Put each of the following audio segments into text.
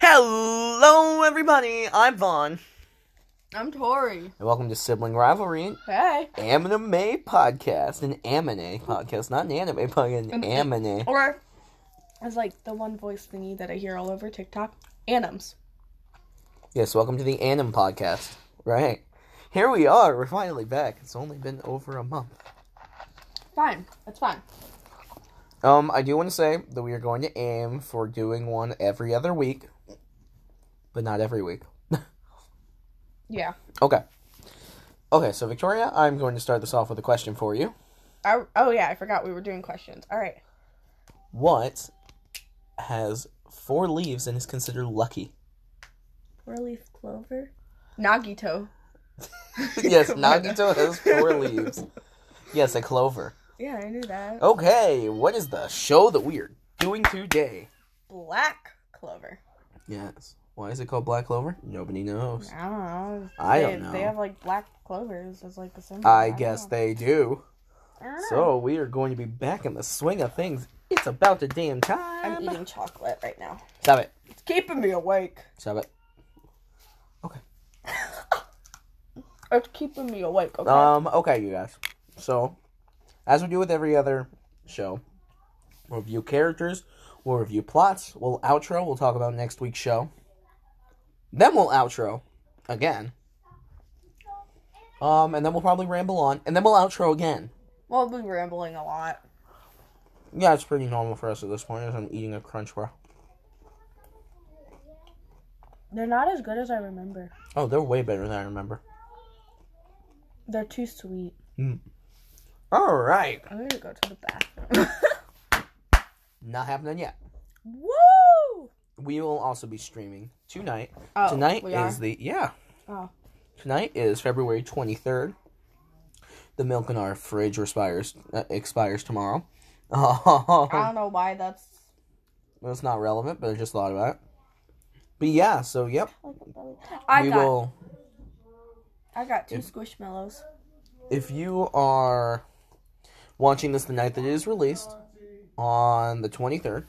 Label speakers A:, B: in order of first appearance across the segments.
A: Hello, everybody. I'm Vaughn,
B: I'm Tori.
A: and welcome to Sibling Rivalry,
B: Hey.
A: an anime podcast, an anime podcast, not an anime podcast, an
B: An-
A: anime.
B: Or it's like the one voice thingy that I hear all over TikTok. Anims.
A: Yes, welcome to the Anim podcast. Right here we are. We're finally back. It's only been over a month.
B: Fine. That's fine.
A: Um, I do want to say that we are going to aim for doing one every other week, but not every week.
B: Yeah.
A: Okay. Okay, so Victoria, I'm going to start this off with a question for you.
B: I, oh yeah, I forgot we were doing questions. All right.
A: What has four leaves and is considered lucky?
B: Four leaf clover. Nagito.
A: yes,
B: Come on.
A: Nagito has four leaves. Yes, a clover.
B: Yeah, I knew that.
A: Oh. Okay, what is the show that we are doing today?
B: Black clover.
A: Yes. Why is it called Black Clover? Nobody knows.
B: I don't know.
A: I
B: they,
A: don't know.
B: They have like black clovers as like the symbol.
A: I
B: don't
A: guess
B: know.
A: they do.
B: I don't know.
A: So we are going to be back in the swing of things. It's about the damn
B: I'm
A: time.
B: eating chocolate right now.
A: Stop it.
B: It's keeping me awake.
A: Stop it.
B: It's keeping me awake. Okay.
A: Um, okay, you guys. So, as we do with every other show, we'll review characters, we'll review plots, we'll outro, we'll talk about next week's show. Then we'll outro again. Um, and then we'll probably ramble on, and then we'll outro again.
B: well, I've been rambling a lot.
A: Yeah, it's pretty normal for us at this point as I'm eating a crunch bar.
B: They're not as good as I remember.
A: Oh, they're way better than I remember.
B: They're too sweet.
A: Alright.
B: I'm gonna go to the bathroom.
A: Not happening yet.
B: Woo!
A: We will also be streaming tonight.
B: Oh,
A: tonight
B: we are?
A: is the yeah.
B: Oh,
A: Tonight is February 23rd. The milk in our fridge expires uh, expires tomorrow.
B: I don't know why that's
A: it's not relevant, but I just thought about it. But yeah, so yep,
B: I
A: we
B: got
A: will.
B: I got two
A: if-
B: squishmallows.
A: If you are watching this the night that it is released on the 23rd,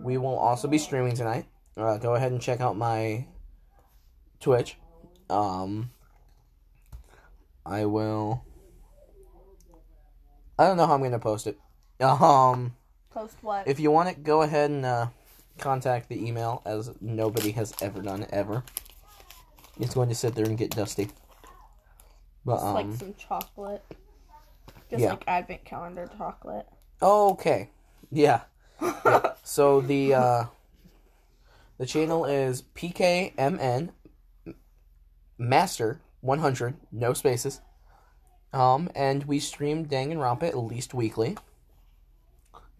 A: we will also be streaming tonight. Uh, go ahead and check out my Twitch. Um, I will. I don't know how I'm gonna post it. Um,
B: Post what?
A: if you want it, go ahead and uh, contact the email, as nobody has ever done ever. It's going to sit there and get dusty. But
B: Just
A: um,
B: like some chocolate. Just
A: yeah.
B: like advent calendar chocolate.
A: Okay. Yeah. Yeah. so the uh the channel is PKMN Master 100, no spaces. Um and we stream Danganronpa at least weekly.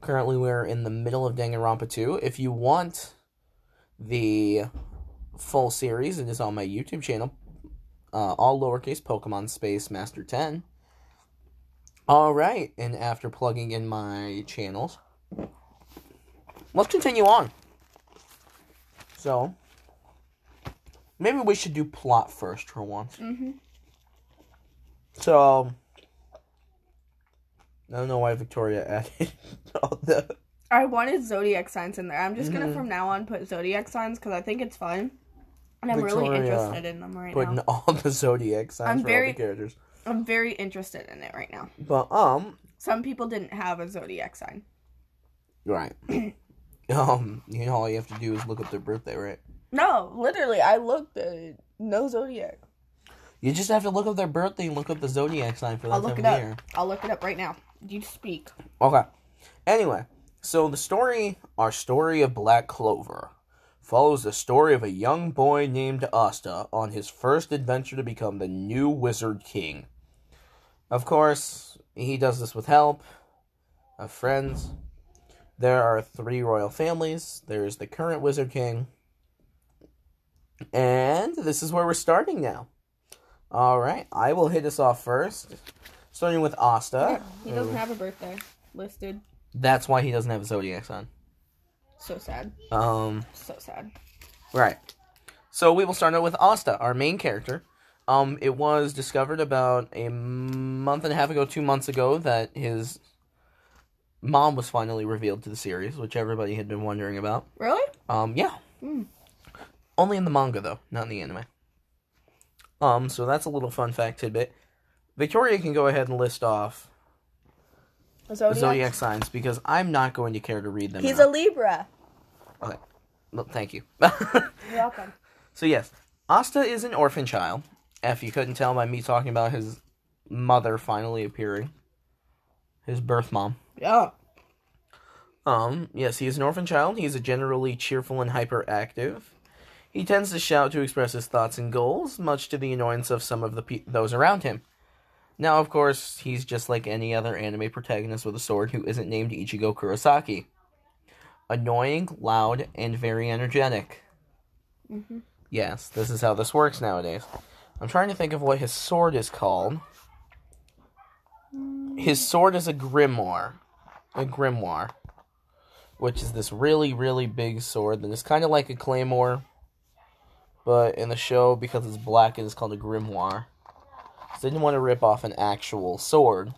A: Currently we're in the middle of Danganronpa 2. If you want the full series, it is on my YouTube channel. Uh, all lowercase Pokemon Space Master 10. All right, and after plugging in my channels, let's continue on. So, maybe we should do plot first for once.
B: Mm-hmm.
A: So, I don't know why Victoria added all the.
B: I wanted zodiac signs in there. I'm just gonna
A: Mhm.
B: from now on put zodiac signs because I think it's fun, and I'm really
A: Victoria,
B: interested in them right
A: Putting
B: now.
A: all the zodiac signs
B: I'm
A: for all
B: very-
A: the characters.
B: I'm very interested in it right now.
A: But, um,
B: Some people didn't have a zodiac sign.
A: right. um, you know, all you have to do is look up their birthday, right?
B: No, literally, I looked at no zodiac.
A: You just have to look up their birthday and look up the zodiac sign for that
B: I'll look
A: time
B: it
A: of
B: up.
A: year.
B: I'll look it up right now. You speak.
A: Okay. Anyway, so the story, our story of Black Clover, follows the story of a young boy named Asta on his first adventure to become the new Wizard King. Of course, he does this with help of friends. There are three royal families. There is the current Wizard King. And this is where we're starting now. All right, I will hit us off first, starting with Asta.
B: He doesn't have a birthday listed.
A: That's why he doesn't have a zodiac sign.
B: So sad.
A: Um,
B: So sad.
A: right. So we will start out with Asta, our main character. Um, it was discovered about a month and a half ago, two months ago, that his mom was finally revealed to the series, which everybody had been wondering about.
B: Really?
A: Um, yeah.
B: Hmm.
A: Only in the manga though, not in the anime. Um, so that's a little fun fact tidbit. Victoria can go ahead and list off the
B: Zodiac.
A: zodiac signs because I'm not going to care to read them.
B: He's a
A: out.
B: Libra.
A: okay. No, thank you.
B: You're welcome.
A: so yes, Asta is an orphan child. If you couldn't tell by me talking about his mother finally appearing, his birth mom.
B: Yeah.
A: Um, yes, he is an orphan child. He's a generally cheerful and hyperactive. He tends to shout to express his thoughts and goals, much to the annoyance of some of the pe- those around him. Now, of course, he's just like any other anime protagonist with a sword who isn't named Ichigo Kurosaki. Annoying, loud, and very energetic.
C: Mhm.
A: Yes, this is how this works nowadays. I'm trying to think of what his sword is called. His sword is a grimoire. A grimoire which is this really, really big sword that is kind of like a claymore, but in the show, because it's black, it is called a grimoire. So they didn't want to rip off an actual sword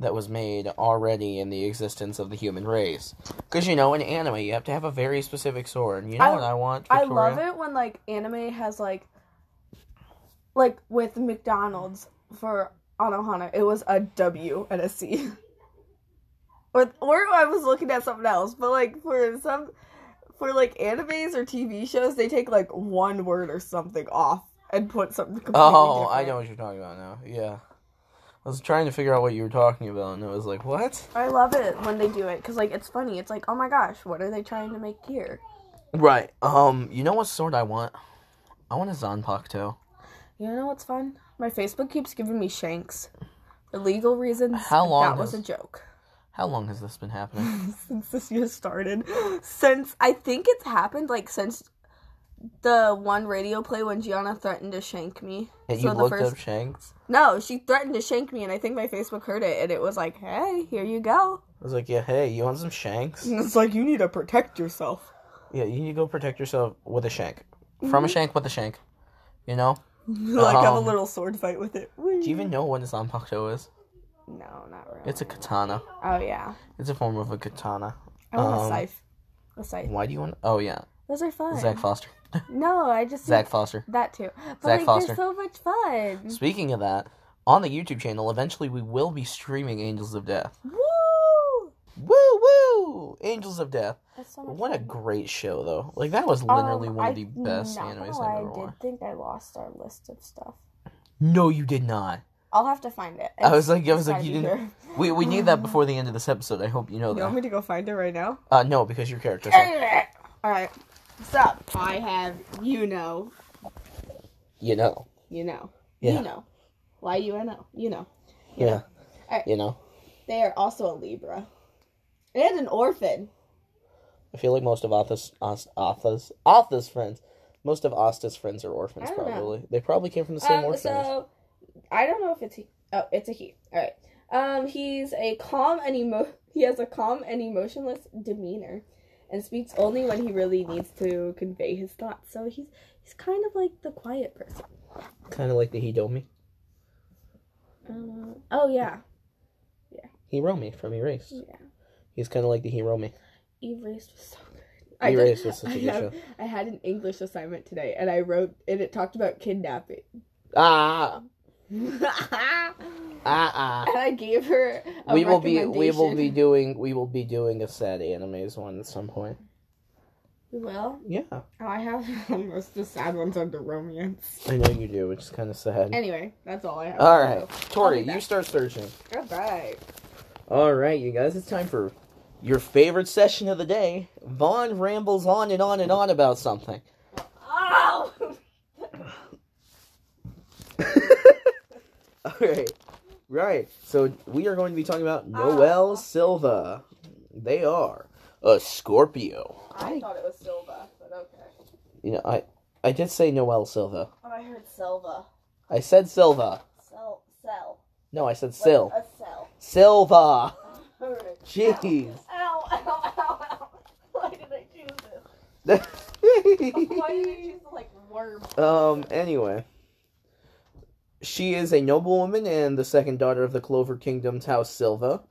A: that was made already in the existence of the human race. Because, you know, in anime, you have to have a very specific sword. You know
C: I-
A: what I want,
C: I
A: Victoria?
C: love it when like anime has like like with McDonald's for Anohana, it was a W and a C. or or I was looking at something else, but like for some for like animes or TV shows, they take like one word or something off and put something completely
A: Oh, I
C: different.
A: know what you're talking about now. Yeah. I was trying to figure out what you were talking about, and I was like, what?
C: I love it when they do it because like it's funny. It's like, oh my gosh, what are they trying to make here?
A: Right. Um, you know what sword I want? I want a Zanpakuto.
C: You know what's fun? My Facebook keeps giving me shanks for legal reasons.
A: How long
C: That was
A: has-
C: a joke.
A: How long has this been happening?
C: since this year started. Since I think it's happened like since the one radio play when Gianna threatened to shank me.
A: And
C: So
A: you
C: the
A: looked
C: first-
A: up Shanks.
C: No, she threatened to shank me, and I think my Facebook heard it, and it was like, "Hey, here you go."
A: I was like, yeah, hey, you want some Shanks?
C: And it's like you need to protect yourself.
A: yeah, you need to go protect yourself with a Shank.
C: Mm-hmm.
A: From a Shank with a Shank. You know?
C: like have a
A: Um,
C: little sword fight with it.
A: Do you even know what a Zanpakuto is?
C: No, not really.
A: It's a katana.
C: oh yeah,
A: It's a form of a katana.
C: I want a
A: Um,
C: scythe. A scythe.
A: Why do you want? Oh yeah,
C: Those are fun.
A: Zach Foster.
C: No, I just
A: Zach Foster.
C: that too. But
A: Zac
C: like,
A: Foster.
C: they're so much fun.
A: Speaking of that, on the YouTube channel, eventually we will be streaming Angels of Death.
C: Woo!
A: Woo woo! Angels of Death.
C: That's so much
A: What a
C: fun.
A: great show, though. Like that was literally
C: Um,
A: one of
C: I-
A: the best
C: not gonna
A: animes
C: lie,
A: I've ever
C: I did
A: watched.
C: think I lost our list of stuff.
A: No, you did not.
C: I'll have to find it.
A: I
C: It's-
A: was like, I
C: it's
A: was like,
C: gotta
A: you
C: be
A: didn't.
C: here.
A: We we need that before the end of this episode. I hope you know
C: You want me
A: that.
C: to go find it right now?
A: Uh, no, because your character.
C: All right. So I have you know,
A: You know.
C: you know,
A: Yeah.
C: you know, Y U N O, you know.
A: Yeah.
C: Alright.
A: You know.
C: They are also a Libra and an orphan.
A: I feel like most of Atha's As- Atha's Atha's friends, most of Asta's friends are orphans.
C: I don't know. Uh,
A: Probably they probably came from the same
B: Um,
A: orphanage.
B: so, I don't know if it's he. Oh, it's a he. All right. Um, he's a calm and emo. He has a calm and emotionless demeanor, and speaks only when he really needs to convey his thoughts. So he's he's kind of like the quiet person.
A: Kind of like the Hidomi,
B: Um, oh yeah,
A: Hiromi from Erase.
B: yeah.
A: He's kind of like the Hiromi.
B: Erased was so good. did-
A: Erase was such a
B: I
A: good
B: have-
A: show.
B: I had an English assignment today, and I wrote, and it talked about kidnapping.
A: Ah
B: and
A: ah
B: I gave her.
A: ah.
B: A
A: We will be we will
B: recommendation.
A: be doing we will be doing a sad animes one at some point.
B: We will.
A: Yeah,
B: I have almost the sad ones under romance.
A: I know you do, which is kind of sad.
B: Anyway, that's all I have.
A: All right,
B: I'll
A: Tori,
B: be back.
A: you start searching.
B: All right.
A: All right, you guys, it's time for your favorite session of the day. Vaughn rambles on and on and on about something.
B: Oh!
A: All right, right. So we are going to be talking about
B: Ah.
A: Noel Silva. They are a Scorpio.
B: I thought it was Silva, but okay.
A: You know, I I did say Noel Silva.
B: Oh, I heard Silva.
A: I said Silva.
B: Cell. Cell.
A: No, I said Sil.
B: A cell.
A: Silva.
B: All right.
A: Jeez.
B: Ow, ow, ow, ow. Why did I choose this? Why did I choose the, like, worm?
A: Um, anyway. She is a noblewoman and the second daughter of the Clover Kingdom's House Silva.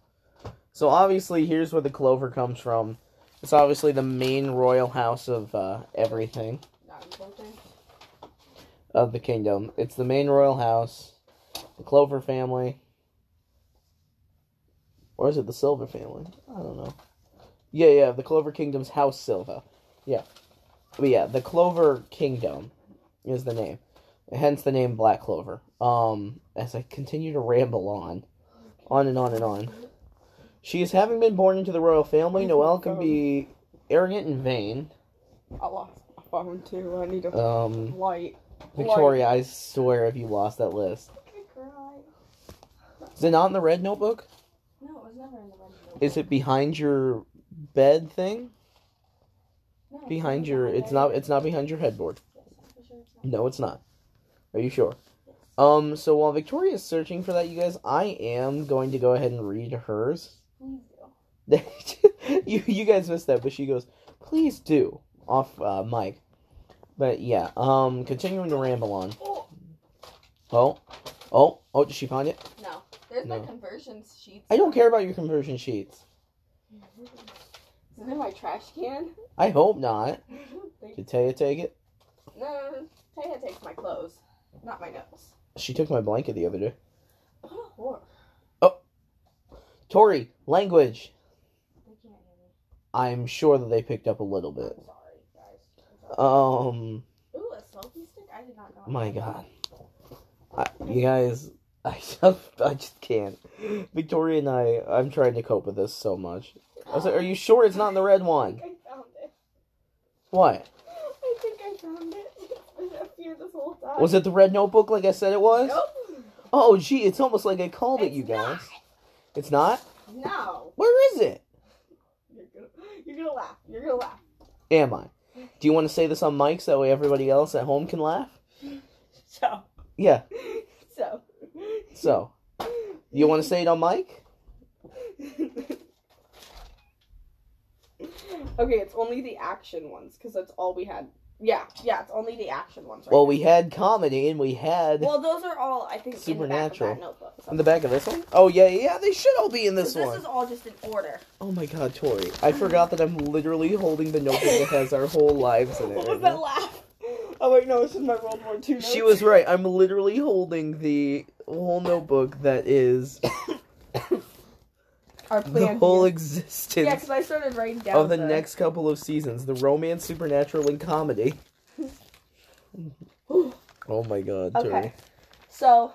A: So obviously, here's where the Clover comes from. It's obviously the main royal house of uh, everything.
B: Not
A: of the kingdom. It's the main royal house, the Clover family, or is it the Silver family? I don't know. Yeah, yeah, the Clover Kingdom's House Silva. Yeah, but yeah, the Clover Kingdom is the name, hence the name Black Clover. Um, as I continue to ramble on, on and on and on. She is having been born into the royal family. Noelle can be arrogant and vain.
C: I lost my phone too. I need a
A: Um,
C: light.
A: Victoria, I swear if you lost that list. Is it not in the red notebook?
B: No, oh, it was never in the red
A: Is it behind your bed thing?
B: No, it's
A: Behind
B: not
A: your it's
B: there.
A: not it's not behind your headboard.
B: Yes, I'm pretty sure it's not.
A: No, it's not. Are you sure? Um so while Victoria is searching for that you guys, I am going to go ahead and read hers.
B: Please do.
A: you you guys missed that, but she goes, "Please do." Off uh, mic. But yeah, um continuing to ramble on.
B: Oh,
A: Oh. Oh, oh, did she find it?
B: no. There's
A: No.
B: my conversions sheets.
A: I don't care about your conversion sheets.
B: Is it in my trash can?
A: I hope not.
B: Thank-
A: Did Taya take it?
B: no, Taya takes my clothes, not my notes.
A: She took my blanket the other day.
B: What a whore.
A: Tori, language.
B: They can't hear me.
A: I'm sure that they picked up a little bit.
B: I'm sorry, guys.
A: Um,
B: Ooh, a selfie stick? I did not know. I
A: my
B: had
A: God, I, you guys, I just, I just can't. Victoria and I, I'm trying to cope with this so much.
B: that.
A: I was like, "Are you sure it's not in the red
B: I
A: one?"
B: think I found it.
A: What
B: I think I found it. It's been up here this whole time.
A: was it? The red notebook, like I said it was.
B: Nope.
A: Oh, gee, it's almost like I called it,
B: It's
A: you guys. It's not.
B: No.
A: Where is it?
B: You're gonna, you're gonna laugh. You're gonna laugh.
A: Am I? Do you want to say this on mic so that way everybody else at home can laugh?
B: So,
A: Yeah.
B: so.
A: So, you want to say it on mic?
B: okay, it's only the action ones because that's all we had. Yeah, yeah, it's only the action ones. Right
A: Well, we had comedy and we had.
B: Well, those are all I think
A: Supernatural.
B: in the back of that notebook.
A: In the back of this one? Oh yeah, yeah, they should all be in
B: So
A: this
B: this
A: one.
B: is all just in order.
A: Oh my god, Tori. I forgot that I'm literally holding the notebook that has our whole lives in it.
B: What
A: right
B: was
A: now.
B: that laugh? Oh wait, no, this is my World War II.
A: She
B: notes.
A: was right. I'm literally holding the whole notebook that is
B: our
A: the
B: plan.
A: whole
B: yeah,
A: existence
B: because I started writing down
A: of the next couple of seasons the romance, supernatural, and comedy. oh my god, Tori.
B: Okay. So,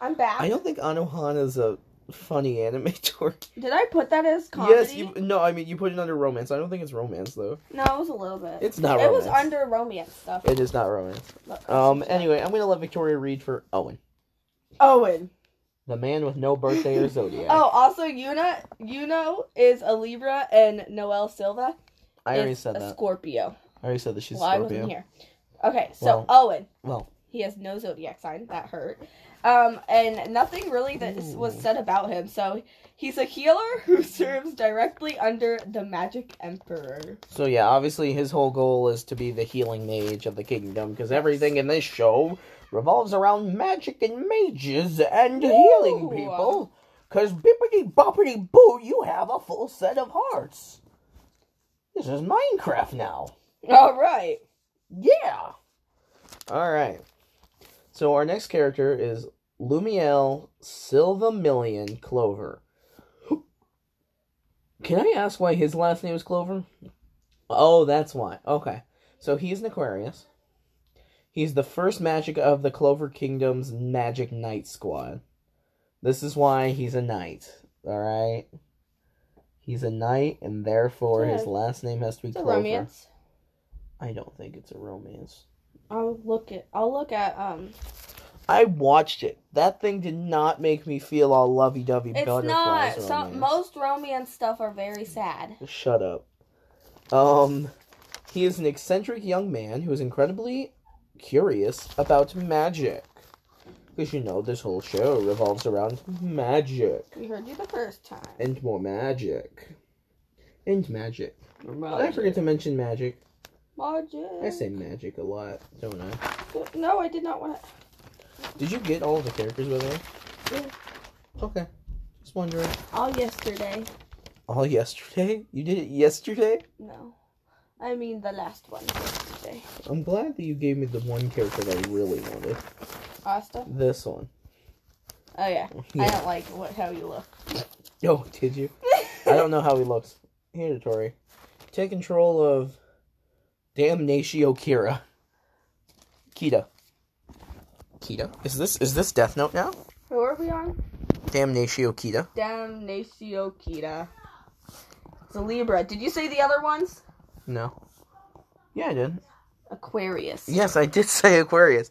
B: I'm back.
A: I don't think Anohana's a funny anime, Tori.
B: Did I put that as comedy?
A: Yes, you. No, I mean, you put it under romance. I don't think it's romance, though.
B: No, it was a little bit.
A: It's not
B: it
A: romance.
B: was under romance stuff.
A: It is not romance.
B: Look,
A: Um.
B: it's just-
A: Anyway, I'm gonna let Victoria read for Owen,
B: Owen.
A: the man with no birthday or zodiac.
B: Oh, also Yuna. Yuno is a Libra, and Noel Silva
A: I already
B: is
A: said
B: a
A: that.
B: Scorpio.
A: I already said that she's
B: well, I
A: Scorpio.
B: wasn't here. Okay, so
A: Well-
B: Owen.
A: Well,
B: He has no zodiac sign. That hurt. Um, and nothing really that is- was
A: Ooh.
B: said about him. So he's a healer who serves directly under the Magic Emperor.
A: so yeah, obviously his whole goal is to be the healing mage of the kingdom because everything in this show revolves around magic and mages and healing
B: Ooh.
A: people. Cause bippity boppity boo, you have a full set of hearts. This is Minecraft now.
B: All right.
A: Yeah. All right. So our next character is Lumiel Silva Million Clover. Can I ask why his last name is Clover? Oh, that's why. Okay. So he's an Aquarius. He's the first magic of the Clover Kingdom's Magic Knight Squad. This is why he's a knight. All right. He's a knight, and therefore his
B: Yeah.
A: last name has to be
B: It's a
A: Clover.
B: romance.
A: I don't think it's a romance.
B: I'll look at. I'll look at. Um,
A: I watched it. That thing did not make me feel all lovey dovey
B: it's
A: butterflies.
B: not. Some
A: romance.
B: most romance stuff are very sad.
A: Shut up. Um, he is an eccentric young man who is incredibly curious about magic. Because you know, this whole show revolves around magic.
B: We heard you the first time.
A: And more magic. And magic. Did I forget to mention magic?
B: Magic.
A: I say magic a lot, don't I?
B: No, I did not want to.
A: Did you get all the characters, by the way?
B: Yeah.
A: Okay. Just wondering.
B: All yesterday.
A: All yesterday? You did it yesterday?
B: No. I mean the last one for today.
A: I'm glad that you gave me the one character that I really wanted.
B: Asta?
A: This one.
B: Oh yeah. I
A: Yeah.
B: don't like what how you look.
A: Oh, did you? I don't know how he looks. Here, Tori. Take control of Damnatio Kira. Kita. Kita? Is this is this Death Note now?
B: Who are we on?
A: Damnatio Kita.
B: Damnatio Kita. It's a Libra. Did you say the other ones?
A: No. Yeah, I did.
B: Aquarius.
A: Yes, I did say Aquarius.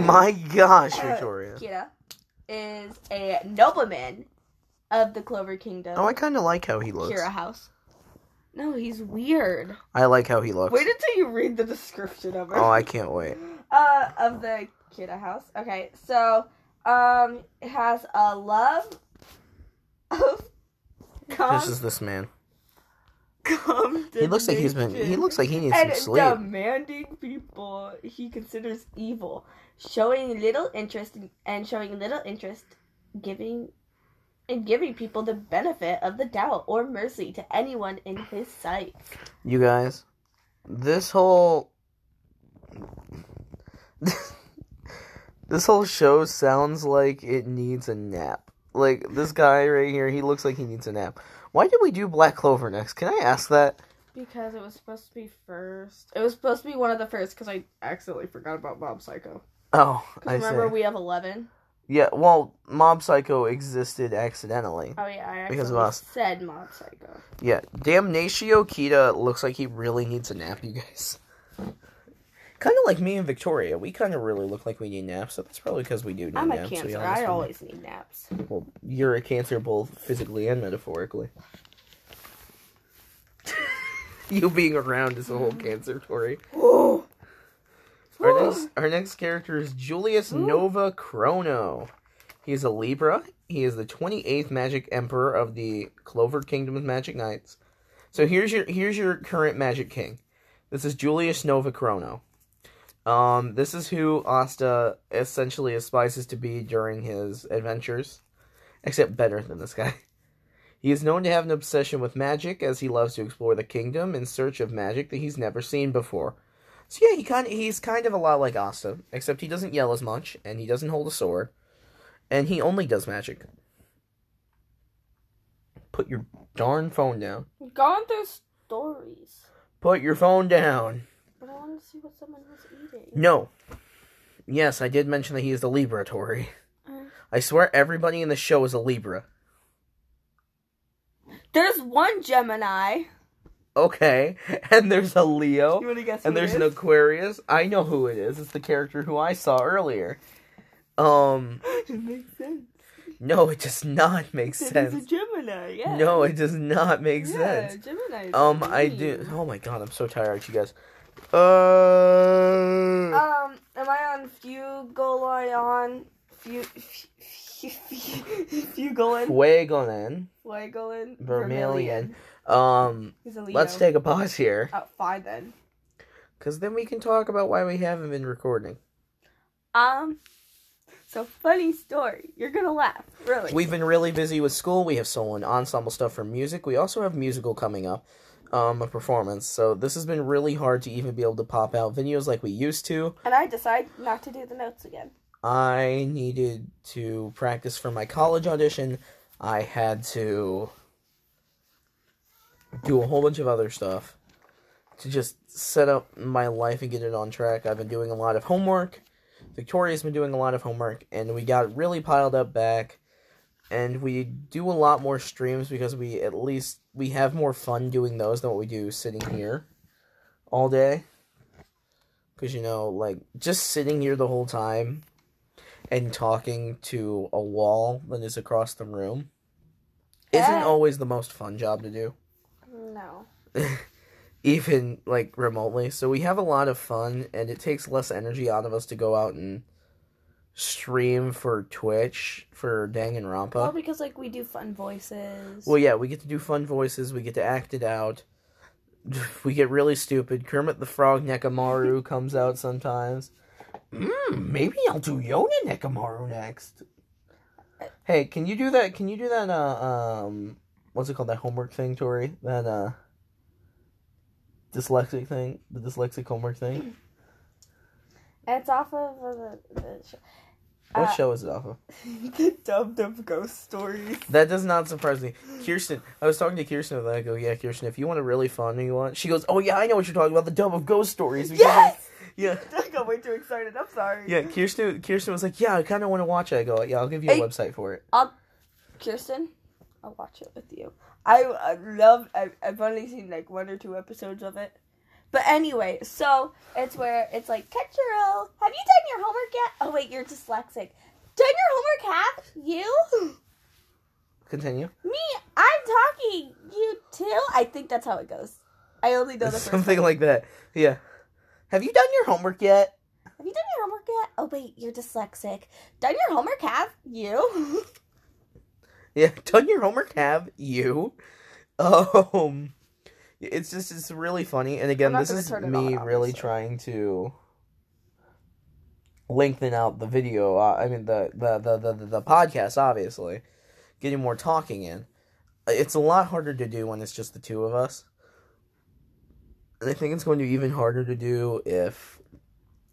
A: My gosh, Victoria.
B: Kita Uh, is a nobleman of the Clover Kingdom.
A: Oh, I kind of like how he looks.
B: Kira House. No, he's weird.
A: I like how he looks.
B: Wait until you read the description of it.
A: Oh, I can't wait.
B: uh, of the Kira House. Okay, so um, it has a love of. Com-
A: This is this man.
B: condemnation.
A: He looks like he's been. He looks like he needs some
B: and
A: sleep.
B: demanding people he considers evil, showing little interest in, and showing little interest giving in giving people the benefit of the doubt or mercy to anyone in his sight.
A: You guys, this whole this whole show sounds like it needs a nap. Like this guy right here, he looks like he needs a nap. Why did we do Black Clover next? Can I ask that?
B: Because it was supposed to be first. It was supposed to be one of the first because I accidentally forgot about Mob Psycho.
A: Oh, I
B: Because remember
A: see.
B: we have eleven.
A: yeah, well, Mob Psycho existed accidentally.
B: Oh yeah, I accidentally
A: Because of us.
B: said Mob Psycho.
A: Yeah, Damnatio Kita looks like he really needs a nap, you guys. Kind of like me and Victoria, we kind of really look like we need naps. So that's probably because we do need
B: I'm a
A: naps. We
B: cancer.
A: almost
B: I
A: do.
B: always need naps.
A: Well, you're a cancer both physically and metaphorically. you being around is a whole cancer, Tori.
B: Oh,
A: Our next, our next character is Julius Nova Chrono. He is a Libra. He is the 28th Magic Emperor of the Clover Kingdom of Magic Knights. So here's your here's your current Magic King. This is Julius Nova Chrono. Um, this is who Asta essentially aspires to be during his adventures, except better than this guy. He is known to have an obsession with magic, as he loves to explore the kingdom in search of magic that he's never seen before. So yeah, he kind of, he's kind of a lot like Asta, except he doesn't yell as much, and he doesn't hold a sword, and he only does magic. Put your darn phone down.
B: gone through stories.
A: Put your phone down.
B: But I want to see what someone was eating.
A: No. Yes, I did mention that he is the Libra, Tori. I swear everybody in the show is a Libra.
B: There's one Gemini.
A: Okay, and there's a Leo.
B: want to guess?
A: and there's an Aquarius. I know who it is. It's the character who I saw earlier. Um,
B: it makes sense.
A: no, it does not make
B: There's a
A: sense.
B: Gemini. Yeah.
A: No, it does not make
B: Yeah,
A: sense.
B: Gemini. is
A: Um, I do. Oh my god, I'm so tired, you guys. Uh,
B: Um, am I on Fugolion? Fu- fu- fu- fu- Fugolin?
A: Fuegonen.
B: Fugolin?
A: Vermilion. Um,
B: He's a Leo.
A: let's take a pause here,
B: Oh, fine then.
A: cause then we can talk about why we haven't been recording.
B: Um, so funny story. You're gonna laugh, really.
A: We've been really busy with school. We have solo and ensemble stuff for music. We also have musical coming up, um, a performance. So this has been really hard to even be able to pop out videos like we used to.
B: and I decide not to do the notes again.
A: I needed to practice for my college audition. I had to do a whole bunch of other stuff to just set up my life and get it on track. I've been doing a lot of homework. Victoria's been doing a lot of homework, and we got really piled up back. And we do a lot more streams because we at least we have more fun doing those than what we do sitting here all day. Because, you know, like, just sitting here the whole time and talking to a wall that is across the room isn't
B: Yeah.
A: always the most fun job to do,
B: No.
A: even, like, remotely. So we have a lot of fun, and it takes less energy out of us to go out and stream for Twitch for Danganronpa.
B: Well, because like we do fun voices.
A: Well, yeah, we get to do fun voices. We get to act it out. We get really stupid. Kermit the Frog Nekamaru comes out sometimes. Mm, maybe I'll do Yona Nekamaru next. Hey, can you do that? Can you do that? Uh, um, what's it called? That homework thing, Tori? That uh, dyslexic thing, the dyslexic homework thing.
B: It's off of the, the show.
A: What
B: Uh,
A: show is it off of?
C: the dub dub ghost stories.
A: That does not surprise me. Kirsten, I was talking to Kirsten about that. I go, yeah, Kirsten, if you want a really funny one, she goes, oh yeah, I know what you're talking about. The dub of ghost stories. because I-
C: Yes!
A: Yeah.
C: I got way too excited. I'm sorry.
A: Yeah, Kirsten. Kirsten was like, "Yeah, I kind of want to watch it." I go, "Yeah, I'll give you a
C: Hey.
A: website for it."
B: Kirsten, I'll watch it with you.
C: I, I love. I, I've only seen like one or two episodes of it.
B: But anyway, so it's where it's like, Ketchero, have you done your homework yet? Oh, wait, you're dyslexic. Done your homework, half? You?
A: Continue.
B: Me? I'm talking. You too? I think that's how it goes. I only know the first
A: Something
B: one.
A: like that. Yeah. Have you done your homework yet?
B: Have you done your homework yet? Oh, wait, you're dyslexic. Done your homework, have you?
A: Yeah, done your homework. Have you? Um, it's just it's really funny. And again,
C: I'm not
A: this
C: gonna
A: is
C: turn it
A: me
C: on,
A: really
C: obviously.
A: trying to lengthen out the video. Uh, I mean the the, the the the the podcast, obviously, getting more talking in. It's a lot harder to do when it's just the two of us. And I think it's going to be even harder to do if,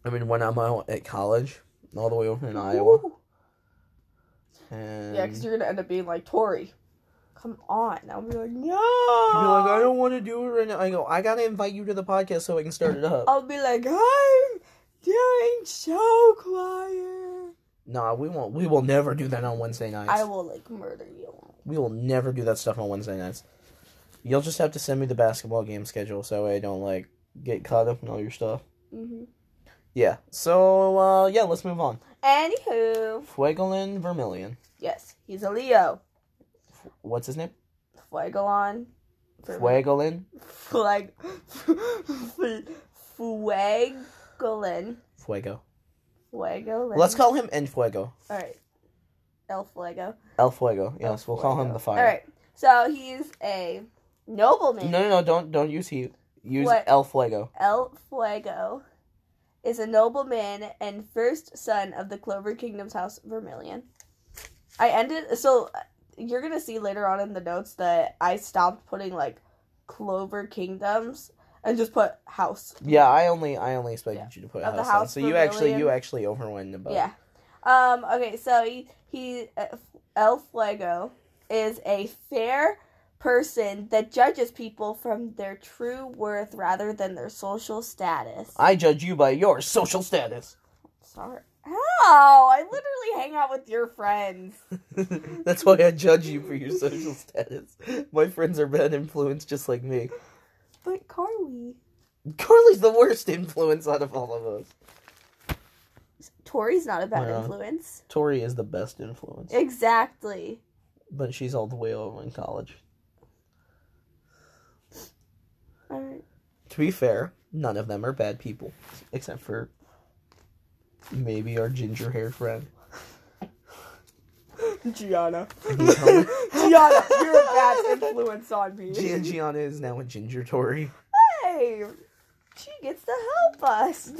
A: I mean, when I'm out at college, all the way over in Iowa. And
C: Yeah, because you're gonna end up being like Tori. Come on, I'll be like, no.
A: You'd be like, I don't want to do it right now. I go, I gotta invite you to the podcast so I can start it up.
C: I'll be like, I'm doing so quiet.
A: Nah, we won't. We will never do that on Wednesday nights.
B: I will, like, murder you.
A: we will never do that stuff on Wednesday nights. You'll just have to send me the basketball game schedule so I don't like get caught up in all your stuff.
B: Mm-hmm.
A: Yeah. So uh, yeah, let's move on.
B: Anywho,
A: Fuegelin Vermilion.
B: yes, he's a Leo.
A: What's his name?
B: Fuegelon.
A: Fuegelin.
B: Flag. Fuegelin.
A: Fuego.
B: Fuegelin.
A: Let's call him El Fuego.
B: Alright. El Fuego.
A: El Fuego. Yes,
B: El
A: we'll call him
B: Fuego.
A: the fire.
B: Alright. So he's a nobleman.
A: No, no, no! Don't don't use he. Use
B: What?
A: El Fuego.
B: El Fuego is a nobleman and first son of the Clover Kingdom's House Vermilion. I ended so uh, you're gonna see later on in the notes that I stopped putting like Clover Kingdoms and just put house.
A: Yeah, I only I only expected
B: Yeah.
A: you to put
B: Of the
A: house on.
B: House
A: So you actually you
B: Pavilion.
A: actually overwhelmed about.
B: Yeah. Um. Okay. So he he uh, El Fuego is a fair person that judges people from their true worth rather than their social status.
A: I judge you by your social status.
B: Sorry. Ow! I literally hang out with your friends.
A: That's why I judge you for your social status. My friends are bad influence just like me.
B: But Carly.
A: Carly's the worst influence out of all of us.
B: Tori's not a bad
A: Yeah.
B: influence.
A: Tori is the best influence.
B: Exactly.
A: But she's all the way over in college.
B: Alright.
A: To be fair, none of them are bad people. Except for maybe our ginger hair friend.
C: Gianna.
A: Gianna.
C: Gianna, you're a bad influence on me.
A: Gian- Gianna is now a ginger Tori.
B: Hey! She gets to help us.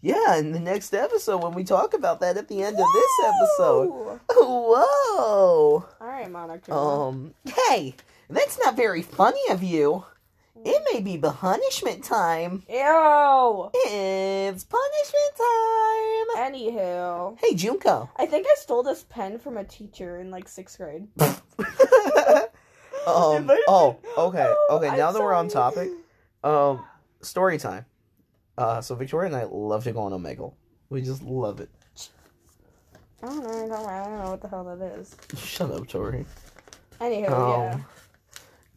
A: Yeah, in the next episode when we talk about that at the end of this episode.
B: Woo!
A: Whoa.
C: Alright, Monica.
A: Um, hey, that's not very funny of you. It may be punishment time.
C: Ew.
A: It's punishment time.
B: Anywho.
A: Hey, Junko.
B: I think I stole this pen from a teacher in like sixth grade.
A: um, oh, okay,
C: Oh,
A: okay.
C: I'm
A: Now that we're on
C: sorry.
A: topic, um, story time. Uh, so Victoria and I love to go on Omegle. We just love it.
B: I don't know. I don't, I don't know what the hell that is.
A: Shut up, Tori.
B: Anywho, Oh, yeah.
A: Um,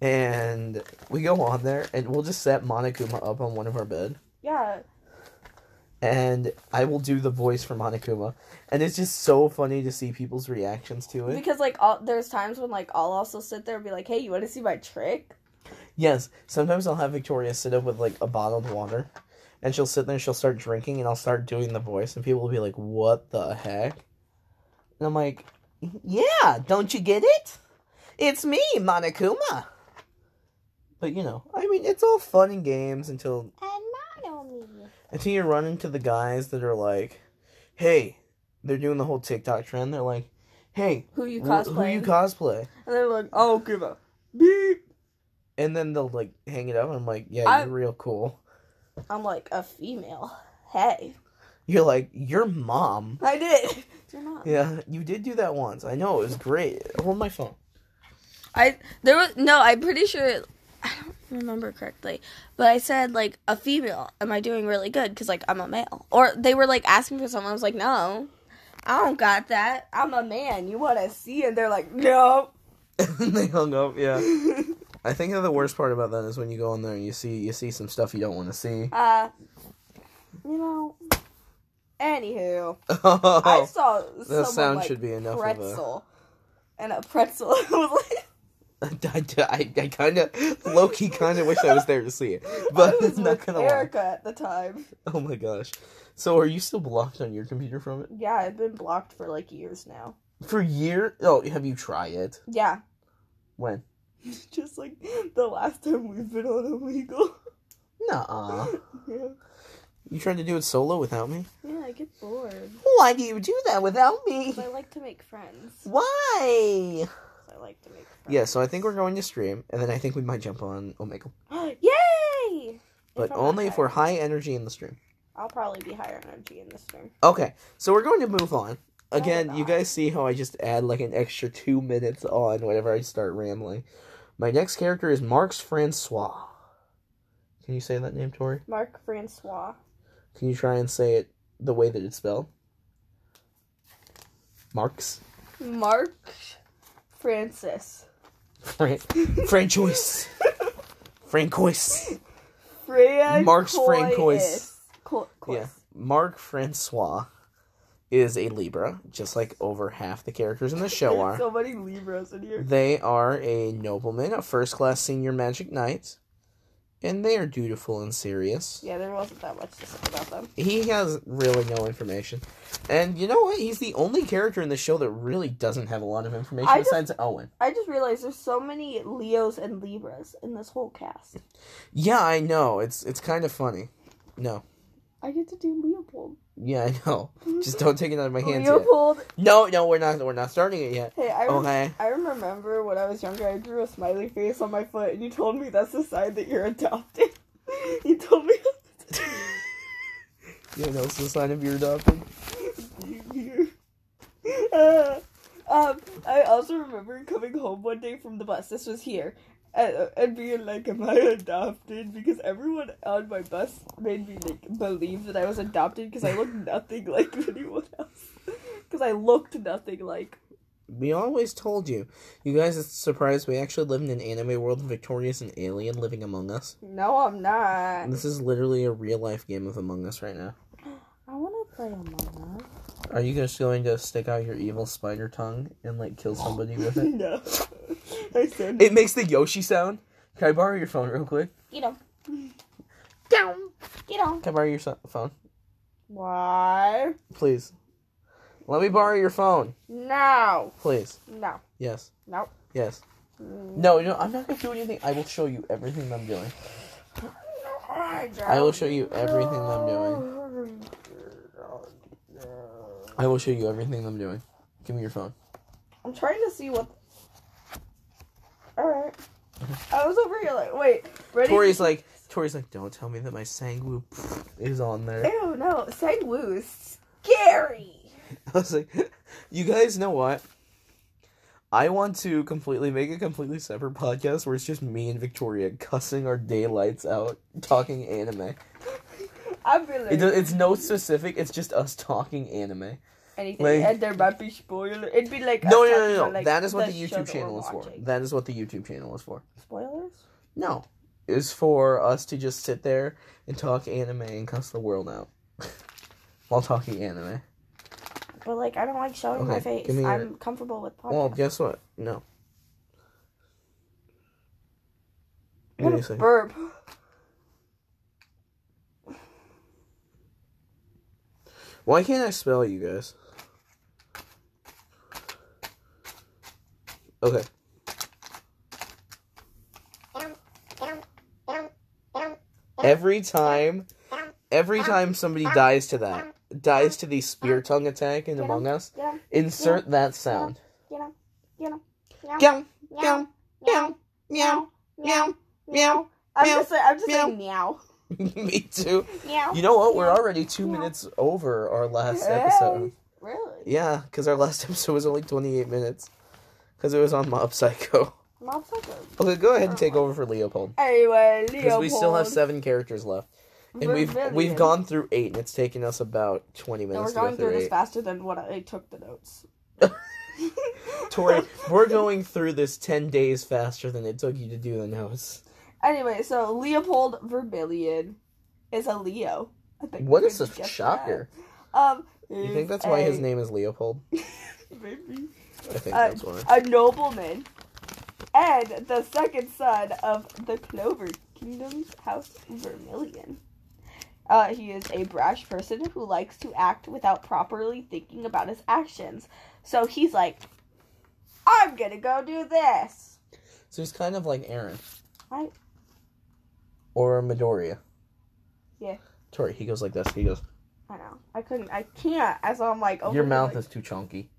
A: and we go on there, and we'll just set Monokuma up on one of our bed,
B: Yeah.
A: and I will do the voice for Monokuma, and it's just so funny to see people's reactions to it.
B: Because like all there's times when like I'll also sit there and be like, hey, you wanna see my trick?
A: Yes, sometimes I'll have Victoria sit up with like a bottled water, and she'll sit there and she'll start drinking, and I'll start doing the voice, and people will be like, "What the heck?" And I'm like, "Yeah, don't you get it? It's me, Monokuma." But you know, I mean, it's all fun and games until
B: And not only
A: until you run into the guys that are like, hey, they're doing the whole TikTok trend. They're like, hey,
B: who you
A: wh- who
B: cosplay.
A: you cosplay?
B: and they're like, oh give up.
C: Beep.
A: And then they'll like hang it up. And I'm like, yeah,
C: I-
A: you're real cool.
B: I'm like a female. Hey,
A: You're like your mom.
B: I did. You're not.
A: Yeah, you did do that once. I know it was great. Hold my phone.
B: I there was no. I'm pretty sure. I don't remember correctly, but I said like a female. Am I doing really good? Because like I'm a male. Or they were like asking for someone. I was like, no, I don't got that. I'm a man. You want to see? And they're like, no.
A: and they hung up. Yeah. I think that the worst part about that is when you go on there and you see you see some stuff you don't want to see.
B: Uh, you know. Anywho, I
A: Oh,
B: saw
A: that
B: someone
A: sound
B: like
A: should be enough of
B: pretzel, and a pretzel was like.
A: a. I, I, I kind of low key kind of wish I was there to see it, but
B: I was
A: not
B: with
A: gonna
B: Erica at the time.
A: lie. Oh my gosh! So are you still blocked on your computer from it
B: Yeah, I've been blocked for like years now.
A: for year? Oh, have you tried it?
B: Yeah,
A: When?
B: just like the last time we've been on illegal.
A: Nuh-uh.
B: yeah.
A: You trying to do it solo without me?
B: yeah, I get bored.
A: Why do you do that without me?
B: I like to make friends.
A: Why?
B: I like to make friends.
A: Yeah, so I think we're going to stream, and then I think we might jump on Omega,
B: Yay!
A: but
B: If I'm
A: only
B: not
A: if we're
B: high-
A: high energy in the stream.
B: I'll probably be higher energy in this room.
A: Okay, so we're going to move on. Again,
B: Oh,
A: you
B: God.
A: guys see how I just add like an extra two minutes on whenever I start rambling. My next character is Marx Francois. Can you say that name, Tori?
B: Mark Francois.
A: Can you try and say it the way that it's spelled? Marx
B: Mark Francis.
A: Fran- Francois. Francois.
B: Fran-
A: Mark's
B: Francois. Co-
A: Yeah.
B: cois.
A: Marc Francois is a Libra, just like over half the characters in the
C: There's
A: show are.
C: so many Libras in here.
A: They are a nobleman, a first class senior magic knight, and they are dutiful and serious.
B: yeah, there wasn't that much to say about them.
A: He has really no information. And you know what? He's the only character in the show that really doesn't have a lot of information
B: I just-
A: besides Owen.
B: I just realized there's so many Leos and Libras in this whole cast.
A: Yeah, I know. It's it's kind of funny. No.
B: I get to do Leopold.
A: Yeah, I know. Just don't take it out of my hands Oh, yet.
B: Leopold.
A: No, no, we're not we're not starting it yet.
B: Hey, I, rem-
A: Okay.
B: I remember when I was younger, I drew a smiley face on my foot, and you told me that's the sign that you're adopted. you told me
A: You know, it's the sign of your adopted.
B: you. Uh, um, I also remember coming home one day from the bus. This was here. And, uh, and being like, am I adopted? Because everyone on my bus made me like believe that I was adopted because I looked nothing like anyone else. Because I looked nothing like.
A: We always told you. You guys are surprised we actually live in an anime world and Victoria's an alien living among us.
B: No, I'm not.
A: This is literally a real life game of Among Us right now.
B: I want to play Among Us.
A: Are you just going to stick out your evil spider tongue and like kill somebody with it?
B: no. I said,
A: It makes the Yoshi sound. Can I borrow your phone real quick?
B: get on. Down. Get on.
A: Can I borrow your so- phone?
B: Why?
A: Please. Let me borrow your phone.
B: No.
A: Please.
B: No.
A: Yes.
B: No.
A: Yes. No, no, I'm not gonna do anything. I will show you everything I'm doing. I will show you everything I'm doing.
B: doing.
A: I will show you everything I'm doing. Give me your phone.
B: I'm trying to see what. Alright. I was over here like, wait. Ready?
A: Tori's like, Tori's like, don't tell me that my Sangwoo is on there.
B: Ew, no. Sangwoo is scary.
A: I was like, you guys know what? I want to completely make a completely separate podcast where it's just me and Victoria cussing our daylights out, talking anime.
B: I'm really.
A: It, do- it's no specific. It's just us talking anime.
B: anything.
A: Like-
B: and there might be spoiler. It'd be like
A: No,
B: us
A: no, no,
B: talking
A: no.
B: about,
A: no.
B: like,
A: that is what the
B: show
A: YouTube
B: that
A: channel
B: we're
A: is for.
B: watching.
A: That is what the YouTube channel is for.
B: Spoilers.
A: No, is for us to just sit there and talk anime and cuss the world out while talking anime.
B: But like, I don't like showing
A: Okay,
B: my face.
A: give me your-
B: I'm comfortable with podcasts.
A: Well, guess what? No. Give me a
B: what a
A: second.
B: burp.
A: Why can't I spell you guys? Okay. Every time, every time somebody dies to that, dies to the spear tongue attack in Among Us,
B: Get 'em,
A: insert that sound.
B: get 'em,
A: Meow,
B: meow,
A: meow, meow,
B: Meow. I'm
A: Meow.
B: just saying. I'm just
A: Meow.
B: saying meow.
A: Me too.
D: Meow.
A: You know what? We're
D: Yeah.
A: already two
D: Yeah.
A: minutes over our last episode.
D: Really?
A: Yeah, because our last episode was only 28 minutes. Because it was on Mob Psycho.
D: Mob Psycho.
A: Okay, go ahead and take over for Leopold.
B: Anyway,
A: Because
B: Leopold.
A: we still have seven characters left. And we've we've
B: Vermilion.
A: gone through eight, and it's taken us about 20
B: And we're
A: minutes to
B: going
A: go
B: through
A: through
B: this
A: eight.
B: faster than what I took the notes.
A: Tori, we're going through this 10 days faster than it took you to do the notes.
B: Anyway, so Leopold Vermilion is a Leo. I think.
A: What
B: we
A: is a
B: just guessed
A: shocker?
B: that. Um,
A: You think that's why his name is Leopold?
B: Maybe.
A: I think
B: Uh,
A: that's why.
B: a nobleman, and the second son of the Clover Kingdom's House Vermilion. Uh, he is a brash person who likes to act without properly thinking about his actions. So he's like, I'm gonna go do this.
A: So he's kind of like Aaron.
B: Right.
A: Or Midoriya.
B: Yeah.
A: Tori, he goes like this. He goes,
B: I know. I couldn't. I can't. As I'm like, over
A: Your
B: here,
A: mouth
B: like,
A: is too chunky.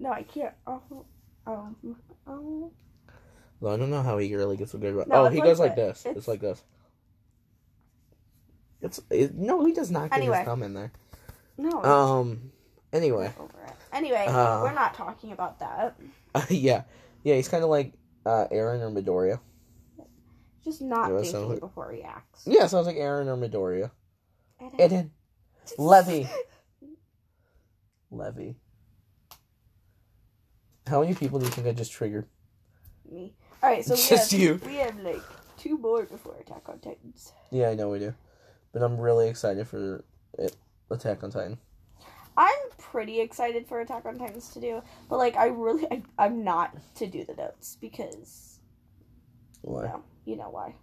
B: No, I can't. Oh, oh, oh.
A: Well, I don't know how he really gets a good one.
B: No,
A: oh,
B: it's
A: he
B: like
A: goes like
B: that.
A: this. It's,
B: It's-
A: like this. It's it, no, he does not get
B: Anyway.
A: his thumb in there.
B: No.
A: Um. Anyway,
B: get Over it. Anyway,
A: Uh,
B: we're not talking about that.
A: yeah, yeah, he's kind of like uh, Aaron or Midoriya.
B: Just not
A: Yeah, that
B: thinking
A: sounds like-
B: before he acts.
A: Yeah, sounds like Aaron or Midoriya.
B: Edit.
A: Eden, Levy, Levy. How many people do you think I just triggered?
B: Me. All right, so we
A: Just
B: have,
A: you.
B: We have like two more before Attack on Titans.
A: Yeah, I know we do, but I'm really excited for it, Attack on Titan.
B: I'm pretty excited for Attack on Titans to do, but like I really I, I'm not to do the notes because
A: Why?
B: no, you know why?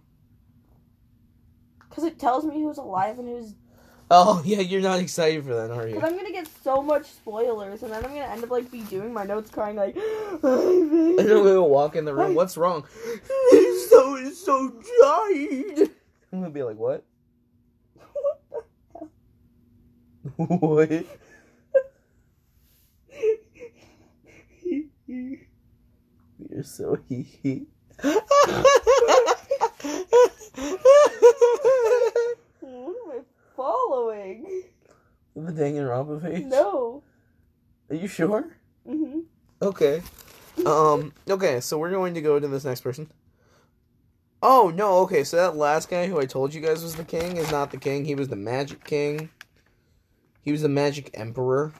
B: Because it tells me who's alive and who's.
A: Oh yeah, you're not excited for that, are you?
B: Because I'm gonna get so much spoilers, and then I'm gonna end up like be doing my notes crying like. "Ivy."
A: And then we will walk in the room.
B: Right.
A: What's wrong? It's so it's so giant. I'm gonna be like, what? what? You're so hee hee. the
B: what am I following?
A: Danganronpa face.
B: No.
A: Are you sure?
B: Mm-hmm.
A: Okay. Um. Okay. So we're going to go to this next person. Oh no. Okay. So that last guy who I told you guys was the king is not the king. He was the magic king. He was the magic emperor,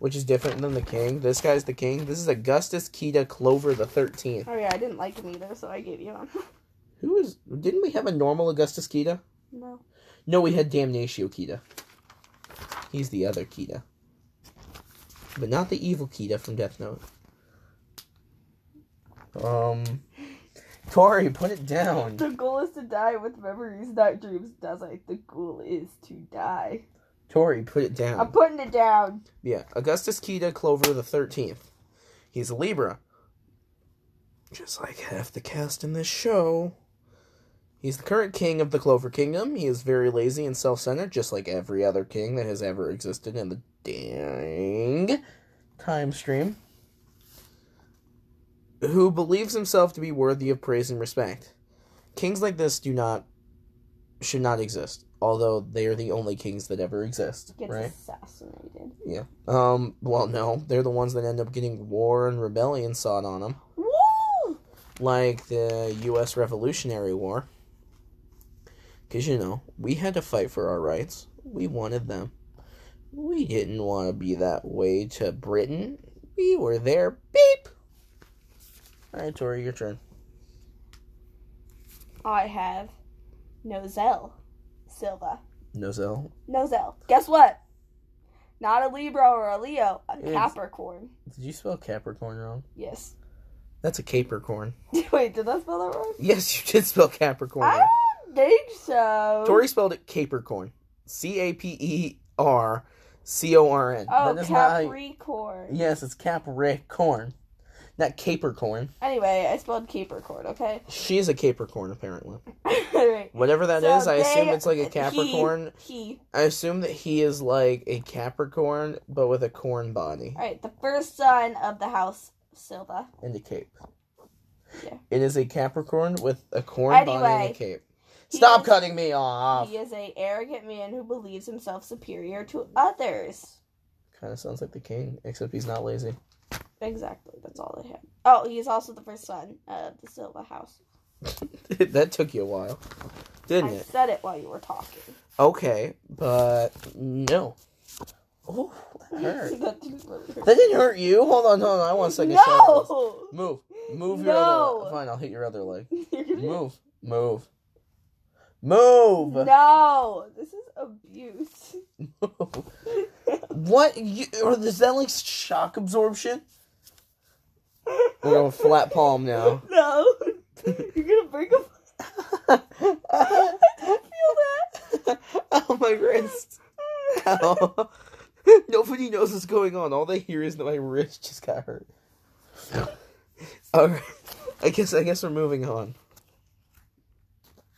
A: which is different than the king. This guy's the king. This is Augustus Kida Clover the Thirteenth.
B: Oh yeah, I didn't like him either, so I gave you one.
A: Who is? Didn't we have a normal Augustus Kida?
B: no.
A: No, we had Damnatio Kida. He's the other Kida, but not the evil Kida from Death Note. Um, Tori, put it down.
B: The goal is to die with memories, not dreams, does I? The goal is to die.
A: Tori, put it
B: I'm
A: down.
B: putting it down.
A: Yeah, Augustus Kida Clover the Thirteenth. He's a Libra, just like half the cast in this show. He's the current king of the Clover Kingdom. He is very lazy and self-centered, just like every other king that has ever existed in the dang time stream. Who believes himself to be worthy of praise and respect. Kings like this do not should not exist, although they are the only kings that ever exist,
B: Gets
A: right?
B: assassinated.
A: Yeah. Um. Well, no, they're the ones that end up getting war and rebellion sought on them,
B: Woo!
A: like the U.S. Revolutionary War. Because you know we had to fight for our rights. We wanted them. We didn't want to be that way to Britain. We were there. Beep. All right, Tori, your turn.
B: I have Nozel Silva.
A: Nozel.
B: Nozel. Guess what? Not a Libra or a Leo, a
A: It's-
B: Capricorn.
A: Did you spell Capricorn wrong?
B: Yes.
A: That's a Capricorn.
B: Wait, did I spell that
A: Oh,
B: wrong?
A: Yes, you did spell Capricorn.
B: I
A: wrong.
B: don't think so.
A: Tori spelled it Capricorn. C A P E R C O R N.
B: Oh,
A: That is not how you-
B: Capricorn.
A: Yes, it's Capricorn. Not Capricorn.
B: Anyway, I spelled Capricorn, okay?
A: She's a Capricorn, apparently.
B: Alright.
A: Whatever that
B: So
A: is, I assume
B: they-
A: it's like a
B: he-
A: Capricorn.
B: He,
A: I assume that he is like a Capricorn, but with a corn body
B: All right, the first son of the house Silva.
A: and a cape.
B: Yeah.
A: It is a Capricorn with a corn bonnet and
B: Anyway.
A: a cape.
B: He
A: Stop
B: is-
A: cutting me off.
B: He is a arrogant man who believes himself superior to others.
A: Kind of sounds like the king, except he's not lazy.
B: Exactly. That's all they have. Oh, he is also the first son of the Silva house.
A: that took you a while, didn't
B: I
A: it?
B: said it while you were talking.
A: Okay, but no. Oh, that hurt.
B: that didn't really hurt.
A: that didn't hurt you. Hold on, hold on. I want a second. shot.
B: no!
A: Move, move your other.
B: No.
A: Leg. Fine, I'll hit your other leg.
B: You're gonna-
A: Move, move, move.
B: No! This is abuse.
A: what? You, or is that like shock absorption? I'm going flat palm now.
B: No! You're gonna break a. I didn't feel that!
A: Ow, Oh my wrist. Ow. Nobody knows what's going on. All they hear is that my wrist just got hurt. All right. I guess I guess we're moving on.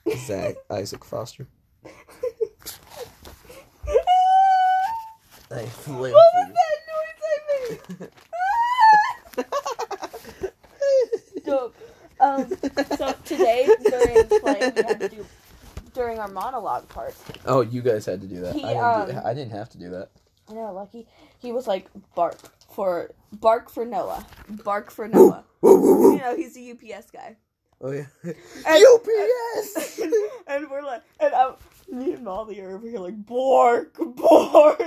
A: Zach Isaac Foster. I flipped.
B: What was that noise I made? Dope. Um, so today during play, we had to do, during our monologue part,
A: Oh, you guys had to do that.
B: He,
A: I, didn't do,
B: um,
A: I didn't have to do that.
B: I know, lucky. He was like bark for bark for Noah, bark for Noah. you know, he's a UPS guy.
A: Oh yeah.
B: And-
A: UPS.
B: and, we're like, and I'm, me and Molly are over here like bork, bork,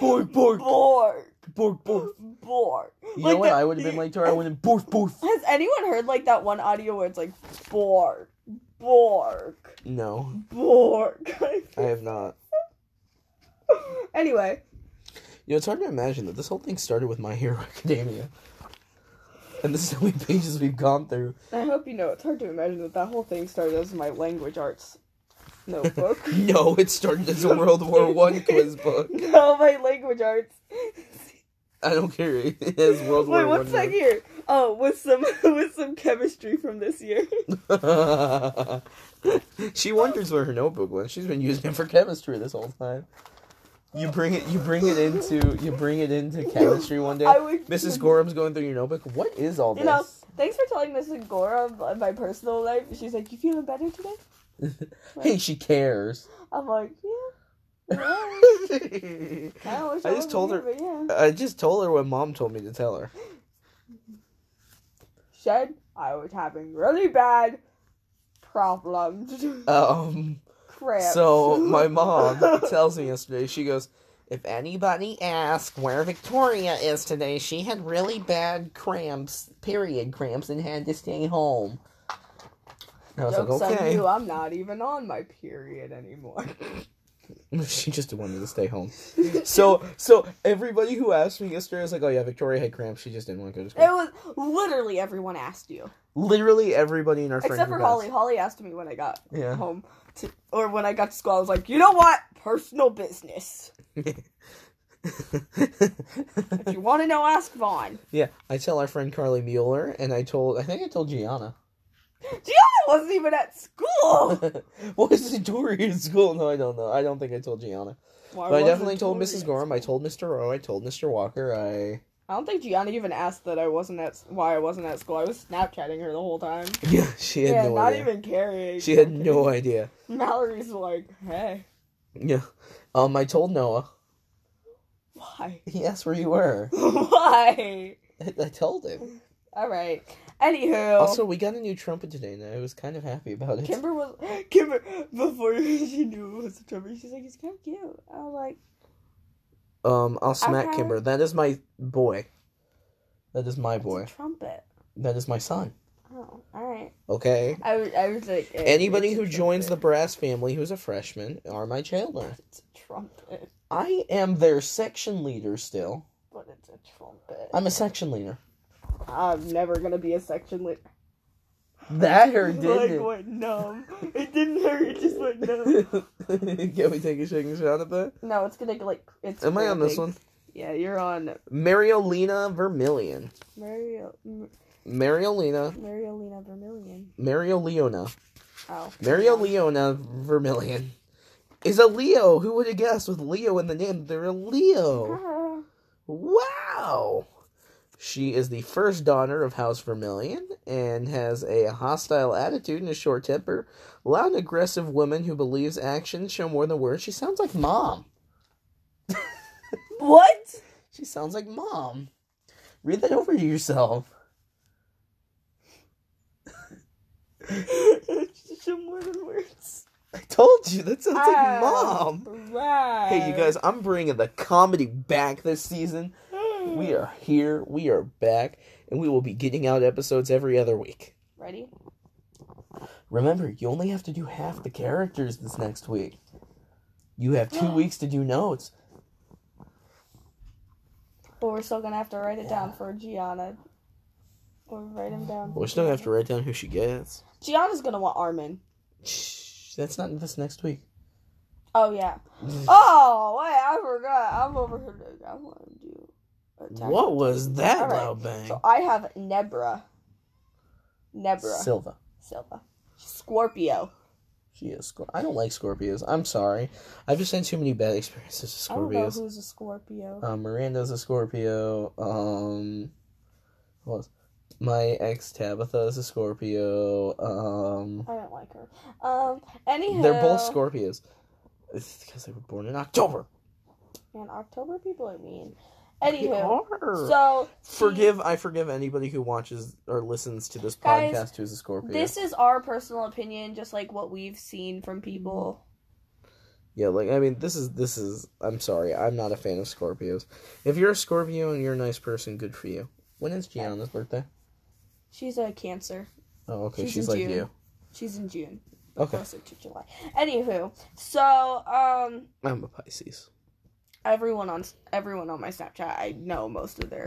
A: Bork, bork,
B: bork,
A: bork, bork.
B: bork.
A: You know what I would have been late to? I would have bork, bork.
B: Has anyone heard like that one audio where it's like bork, bork,
A: No,
B: bork?
A: I have not.
B: anyway,
A: You know, it's hard to imagine that this whole thing started with My Hero Academia. And this is how many pages we've gone through.
B: I hope you know it's hard to imagine that that whole thing started as my language arts notebook.
A: No, it started as a World War One quiz book.
B: no, my language arts.
A: I don't care. It has World
B: Wait,
A: War
B: what's that
A: One.
B: here? Oh, with some with some chemistry from this year.
A: she wonders where her notebook went. She's been using it for chemistry this whole time. You bring it. You bring it into. You bring it into chemistry one day.
B: I would-
A: Mrs. Gorham's going through your notebook. What is all this?
B: You know, thanks for telling Mrs. Gorham of my personal life. She's like, "You feeling better today?"
A: hey, she cares.
B: I'm like, "Yeah." yeah. I, don't wish
A: I just
B: wasn't
A: told
B: here,
A: her.
B: but yeah.
A: I just told her what mom told me to tell her.
B: Said I was having really bad problems. Oh,
A: Um.
B: Cramps.
A: So my mom tells me yesterday. She goes, "If anybody asks where Victoria is today, she had really bad cramps, period cramps, and had to stay home." And I was
B: Jokes
A: like,
B: on you,
A: "Okay."
B: I'm not even on my period anymore.
A: she just wanted to stay home. So, so everybody who asked me yesterday was like, "Oh yeah, Victoria had cramps. She just didn't want to go to school."
B: It was literally everyone asked you,
A: Literally everybody in our friend
B: except for
A: group asked.
B: Holly. Holly asked me when I got
A: Yeah.
B: home, to, or when I got to school. I was like, you know what? Personal business. If you want to know, ask Vaughn.
A: yeah, I tell our friend Carly Mueller, and I told, I think I told Gianna.
B: Gianna wasn't even at school.
A: what is the Dory in school? No, I don't know. I don't think I told Gianna.
B: Why
A: But I
B: wasn't
A: definitely told
B: Tori
A: Mrs.
B: at
A: Gorham. I
B: school?
A: told Mr. Rowe. I told Mr. Walker. I
B: I don't think Gianna even asked that I wasn't at why I wasn't at school. I was Snapchatting her the whole time.
A: yeah, she had
B: Yeah,
A: no
B: not
A: idea.
B: even caring.
A: She had no idea.
B: Mallory's like, hey,
A: Yeah. Um, I told Noah.
B: why,
A: He asked where you were.
B: why?
A: I, I told him.
B: All right. Anywho,
A: Also, we got a new trumpet today, and I was kind of happy about it.
B: Kimber was Kimber before she knew it was a trumpet. She's like, he's kind of cute. I was like,
A: Um, I'll smack
B: Okay.
A: Kimber. That is my boy. That is my
B: it's a
A: boy.
B: trumpet.
A: That is my son.
B: Oh, all right.
A: Okay.
B: I was, I was like, eh,
A: Anybody
B: it's a
A: who joins the
B: trumpet.
A: brass family who's a freshman are my children.
B: it's a trumpet,
A: I am their section leader still.
B: but it's a trumpet.
A: I'm a section leader.
B: I'm never gonna be a section leader.
A: That hurt,
B: like
A: didn't
B: went numb. It didn't hurt. It just went numb.
A: it? Can we take a shaking shot at that?
B: No, it's gonna like it's.
A: Am I
B: gonna
A: on this
B: make-
A: one?
B: Yeah, you're on
A: Mariolina Vermilion.
B: Mario M-
A: Mariolina.
B: Mariolina Vermilion.
A: Marioliona.
B: Oh,
A: Marioliona Vermilion. Is a Leo. Who would have guessed with Leo in the name? They're a Leo.
B: Ah.
A: Wow. She is the first daughter of House Vermilion and has a hostile attitude and a short temper. Loud and aggressive woman who believes actions show more than words. She sounds like mom.
C: What?
A: She sounds like mom. Read that over to yourself.
B: more than words.
A: I told you that sounds like
C: Ah.
A: mom.
C: Right.
A: Hey, you guys, I'm bringing the comedy back this season.
B: Hmm.
A: We are here, we are back, and we will be getting out episodes every other week.
B: Ready?
A: Remember, you only have to do half the characters this next week. You have two weeks to do notes.
B: But we're still gonna have to write it down for Gianna. Or write him down.
A: We're still gonna have to write down who she gets.
B: Gianna's gonna want Armin.
A: Shh, that's not this next week.
B: Oh yeah. Oh wait, I forgot. I'm over here. I want to do. attack.
A: What was that
B: All right,
A: loud bang?
B: So I have Nebra. Nebra.
A: Silva.
B: Silva. Scorpio.
A: She is. Scor- I don't like Scorpios. I'm sorry. I've just had too many bad experiences with
B: I don't know
A: Scorpios.
B: who's a Scorpio.
A: Um, Miranda's a Scorpio. Um, what else? my ex Tabitha is a Scorpio. Um,
B: I don't like her. Um. Anyhow,
A: they're both Scorpios. It's because they were born in October.
B: Man, October people are mean.
A: They
B: Anywho,
A: are.
B: so
A: forgive. I forgive anybody who watches or listens to this
B: Guys,
A: podcast who's a Scorpio.
B: This is our personal opinion, just like what we've seen from people.
A: Yeah, like I mean, this is this is. I'm sorry, I'm not a fan of Scorpios. If you're a Scorpio and you're a nice person, good for you. When is Gianna's birthday?
B: She's a Cancer.
A: Oh, okay, she's,
B: She's in
A: like
B: June.
A: you.
B: She's in June,
A: Okay,
B: closer to July. Anywho, so um,
A: I'm a Pisces.
B: everyone on everyone on my Snapchat, I know most of their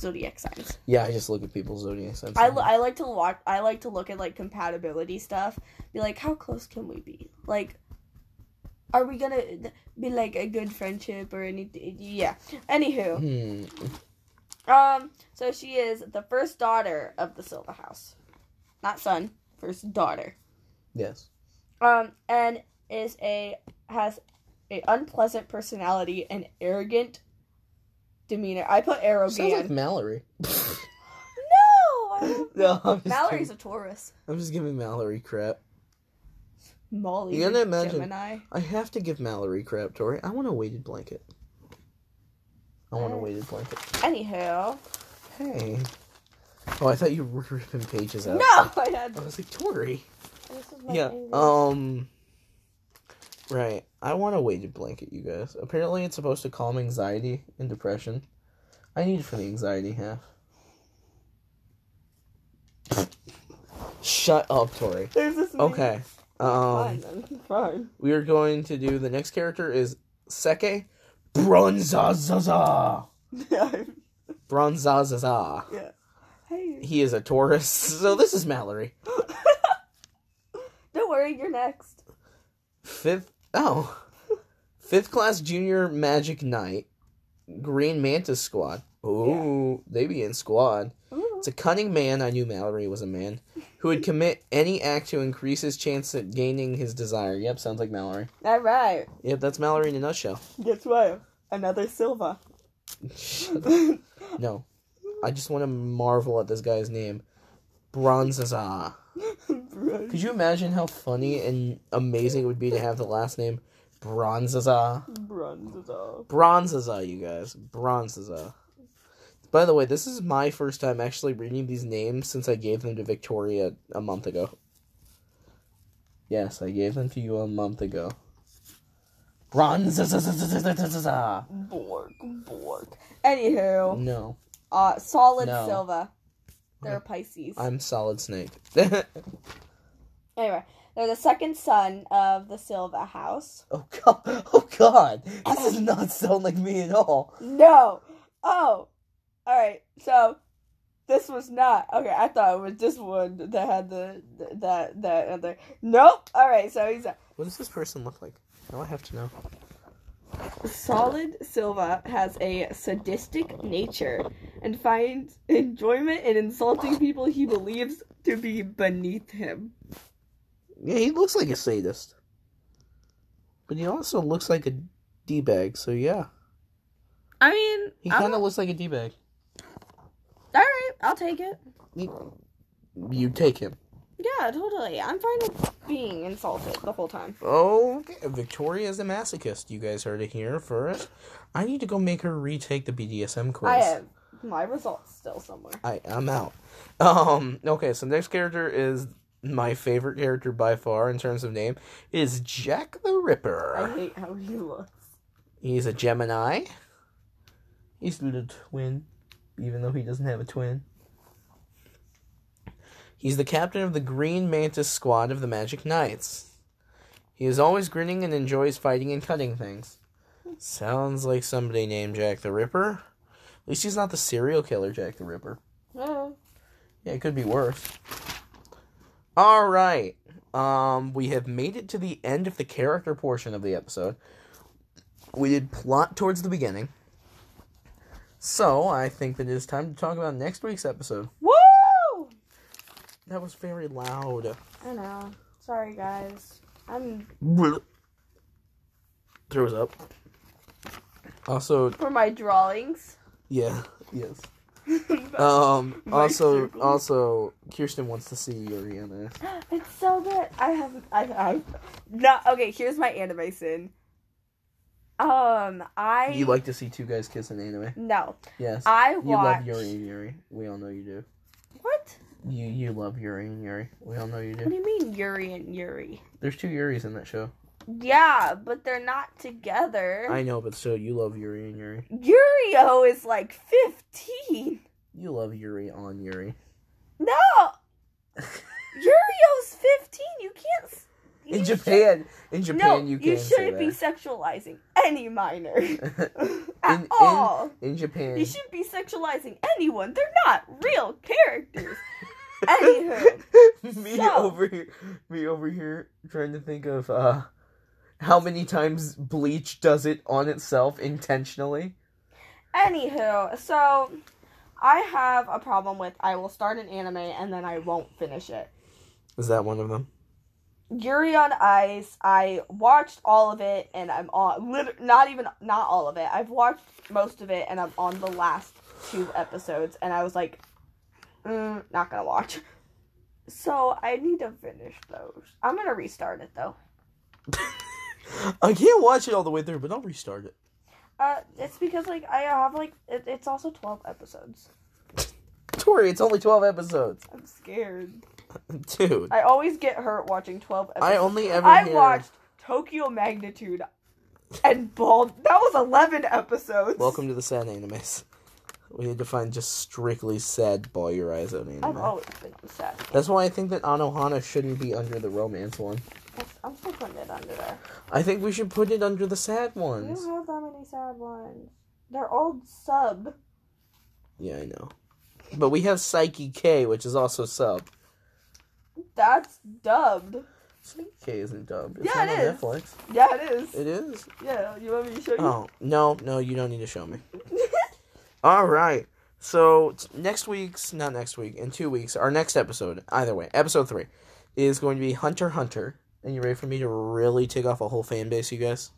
B: zodiac signs.
A: Yeah, I just look at people's zodiac signs.
B: I, l- I like to watch I like to look at like compatibility stuff. Be like, how close can we be? Like, are we gonna th- be like a good friendship or anything? Yeah. Anywho,
A: Hmm.
B: um, so she is the first daughter of the Silva house, not son, first daughter.
A: Yes.
B: Um, and is a has a unpleasant personality and arrogant demeanor. I put
A: Sounds like
B: arrogant.
A: Mallory.
B: no, I don't-
A: no, I'm just
B: Mallory's
A: Giving,
B: a Taurus.
A: I'm just giving Mallory crap.
B: Molly,
A: You gotta imagine-
B: Gemini.
A: I have to give Mallory crap, Tori. I want a weighted blanket. I want a
B: Alright.
A: weighted blanket.
B: Anyhow,
A: Hey. Oh, I thought you were ripping pages out.
B: no, I had.
A: I was like, Tori.
B: This is
A: Yeah. Um. Right. I want a weighted blanket, you guys. Apparently, it's supposed to calm anxiety and depression. I need it for the anxiety half. Shut up, Tori.
B: There's this.
A: Okay.
B: Fine.
A: Um.
B: then. Fine.
A: We are going to do the next character is Seke Bronzazaza.
B: Yeah.
A: Bronzazaza.
B: Hey.
A: He is a Taurus, so this is Mallory.
B: Don't worry, you're next.
A: Fifth oh. Fifth class junior magic knight. Green Mantis Squad. Ooh, they be in squad.
B: Ooh.
A: It's a cunning man, I knew Mallory was a man, who would commit any act to increase his chance at gaining his desire. Yep, sounds like Mallory.
B: All right.
A: Yep, that's Mallory in a nutshell.
B: Guess what? Another Silva.
A: no. I just want to marvel at this guy's name. Bronzaza. Could you imagine how funny and amazing it would be to have the last name Bronzaza? Bronzaza, you guys. Bronzaza. By the way, this is my first time actually reading these names since I gave them to Victoria a month ago. Yes, I gave them to you a month ago. Bronzaza.
B: Borg, Borg. Anywho,
A: No,
B: uh, solid
A: Mm. No.
B: Silva. They're Pisces.
A: I'm Solid Snake.
B: Anyway, they're the second son of the Silva house.
A: Oh god! Oh god! This does not sound like me at all.
B: No. Oh. All right. So this was not okay. I thought it was this one that had the th- that that other. Nope. All right. So he's a
A: What does this person look like? Now I have to know.
B: solid Silva has a sadistic nature and finds enjoyment in insulting people he believes to be beneath him.
A: Yeah, he looks like a sadist, but he also looks like a d bag. So yeah,
B: I mean,
A: he
B: I'm
A: kind of looks like a d bag.
B: I'll take it.
A: You take him.
B: Yeah, totally. I'm fine with being insulted the whole time.
A: Okay, Victoria's a masochist. You guys heard it here first. I need to go make her retake the BDSM quiz.
B: I have my results still somewhere.
A: I I'm out. Um. Okay. So next character is my favorite character by far in terms of name is Jack the
B: I
A: Ripper.
B: hate how he looks.
A: He's a Gemini. He's a little twin, even though he doesn't have a twin. He's the captain of the Green Mantis squad of the Magic Knights. He is always grinning and enjoys fighting and cutting things. Sounds like somebody named Jack the Ripper. At least he's not the serial killer Jack the Ripper.
B: Oh,
A: Yeah, it could be worse. All right. Um, we have made it to the end of the character portion of the episode. We did plot towards the beginning. So, I think that it is time to talk about next week's episode.
B: woo!
A: That was very loud.
B: I know. Sorry, guys. I'm
A: Throws up. Also,
B: for my drawings.
A: yeah, yes. Um, also, also, Kirsten wants to see Yuri in there.
B: It's so good. I have I I no okay, here's my anime sin. Um I
A: You like to see two guys kiss in anime?
B: No.
A: Yes.
B: I
A: You
B: watch
A: love Yuri and Yuri. We all know you do.
B: What?
A: You you love Yuri and Yuri. We all know you
B: What do
A: do.
B: you mean Yuri and Yuri?
A: There's two Yuris in that show.
B: Yeah, but they're not together.
A: I know, but still, you love Yuri and Yuri.
B: Yurio is like fifteen.
A: You love Yuri on Yuri.
B: No Yurio's fifteen. You can't s-
A: In
B: you
A: Japan, in
B: should-
A: Japan,
B: no,
A: you
B: you
A: can say
B: shouldn't be
A: that.
B: sexualizing any minor at
A: in-
B: all.
A: in Japan,
B: You shouldn't be sexualizing anyone. They're not real characters. Anywho,
A: me
B: so-
A: over here, me over here, trying to think of uh, how many times Bleach does it on itself intentionally.
B: anywho, so I have a problem with I will start an anime and then I won't finish it.
A: Is that one of them?
B: Yuri on Ice, I watched all of it and I'm on lit- not even not all of it. I've watched most of it and I'm on the last two episodes and I was like mm, not going to watch. So I need to finish those. I'm going to restart it though.
A: I can't watch it all the way through, but I'll restart it.
B: Uh, it's because like I have like it, it's also twelve episodes.
A: Tori, it's only twelve episodes,
B: I'm scared.
A: dude.
B: I always get hurt watching twelve
A: I
B: episodes.
A: only
B: I,
A: ever hear-
B: watched Tokyo Magnitude and Bald. That was eleven episodes.
A: Welcome to the sad animes. We need to find just strictly sad ball your eyes out anime.
B: I've always been upset.
A: That's why I think that Anohana shouldn't be under the romance one.
B: That's- I'm still putting it under there.
A: I think we should put it under the sad
B: We
A: ones.
B: don't have that many sad ones. They're all sub.
A: Yeah, I know. But we have Psyche K, which is also sub.
B: That's dubbed.
A: Psyche K isn't dubbed. It's
B: Yeah,
A: not
B: it
A: on
B: is.
A: Netflix.
B: Yeah, it is.
A: It is.
B: yeah, you want me to show you?
A: Oh no, no, you don't need to show me. All right. So t- next week's not next week in two weeks our next episode either way episode three is going to be Hunter x Hunter and you ready for me to really take off a whole fan base you guys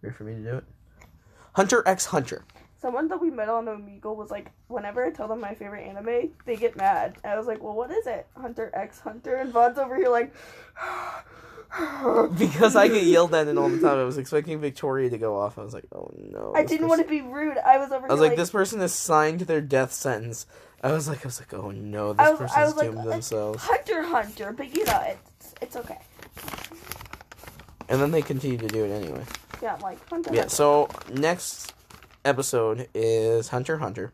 A: ready for me to do it Hunter x Hunter
B: Someone that we met on Omegle was like, whenever I tell them my favorite anime, they get mad. And I was like, well, what is it? Hunter X Hunter. And Von's over here like,
A: because I get yelled at it all the time I was expecting Victoria to go off I was like oh no
B: I
A: this person-
B: didn't want to be rude. I was over here
A: I was like, this person has signed their death sentence I was like I was like oh no this
B: I was- I
A: person's
B: was like,
A: doomed
B: uh,
A: themselves
B: Hunter Hunter. But you know, it's, it's okay.
A: and then they continue to do it anyway.
B: Yeah, I'm like, Hunter
A: yeah
B: Hunter.
A: so next episode is hunter x hunter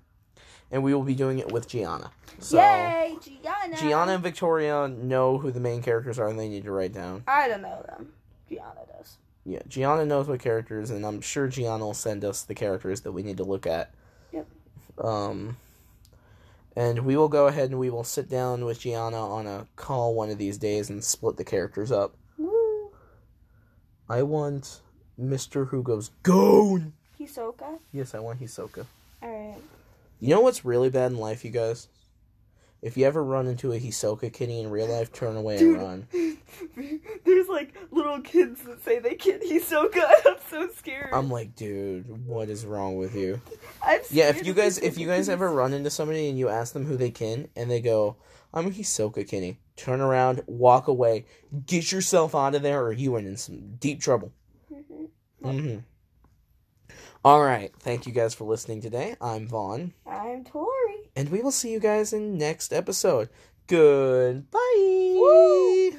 A: and we will be doing it with gianna so
B: Yay, Gianna.
A: gianna and victoria know who the main characters are and they need to write down
B: I don't know them. Gianna does.
A: yeah gianna knows what characters and i'm sure gianna will send us the characters that we need to look at
B: Yep.
A: um and we will go ahead and we will sit down with gianna on a call one of these days and split the characters up
B: Woo.
A: i want mr who goes gone
B: Hisoka.
A: yes i want hisoka
B: Alright.
A: You know what's really bad in life, you guys? If you ever run into a Hisoka kitty in real life, turn away and run.
B: There's
C: these like little kids that say they can't. He's so good. I'm so scared.
A: I'm like, dude, what is wrong with you?
C: I'm
A: Yeah,
C: scared
A: if you
C: of these
A: guys if you
C: little
A: guys
C: kids.
A: ever run into somebody and you ask them who they kin and they go, I'm Hisoka Kenny, turn around, walk away, get yourself out of there or you in in some deep trouble. Mm-hmm. All right, thank you guys for listening today. I'm Vaughn,
B: I'm Tori.
A: and we will see you guys in next episode. Goodbye.
B: Woo!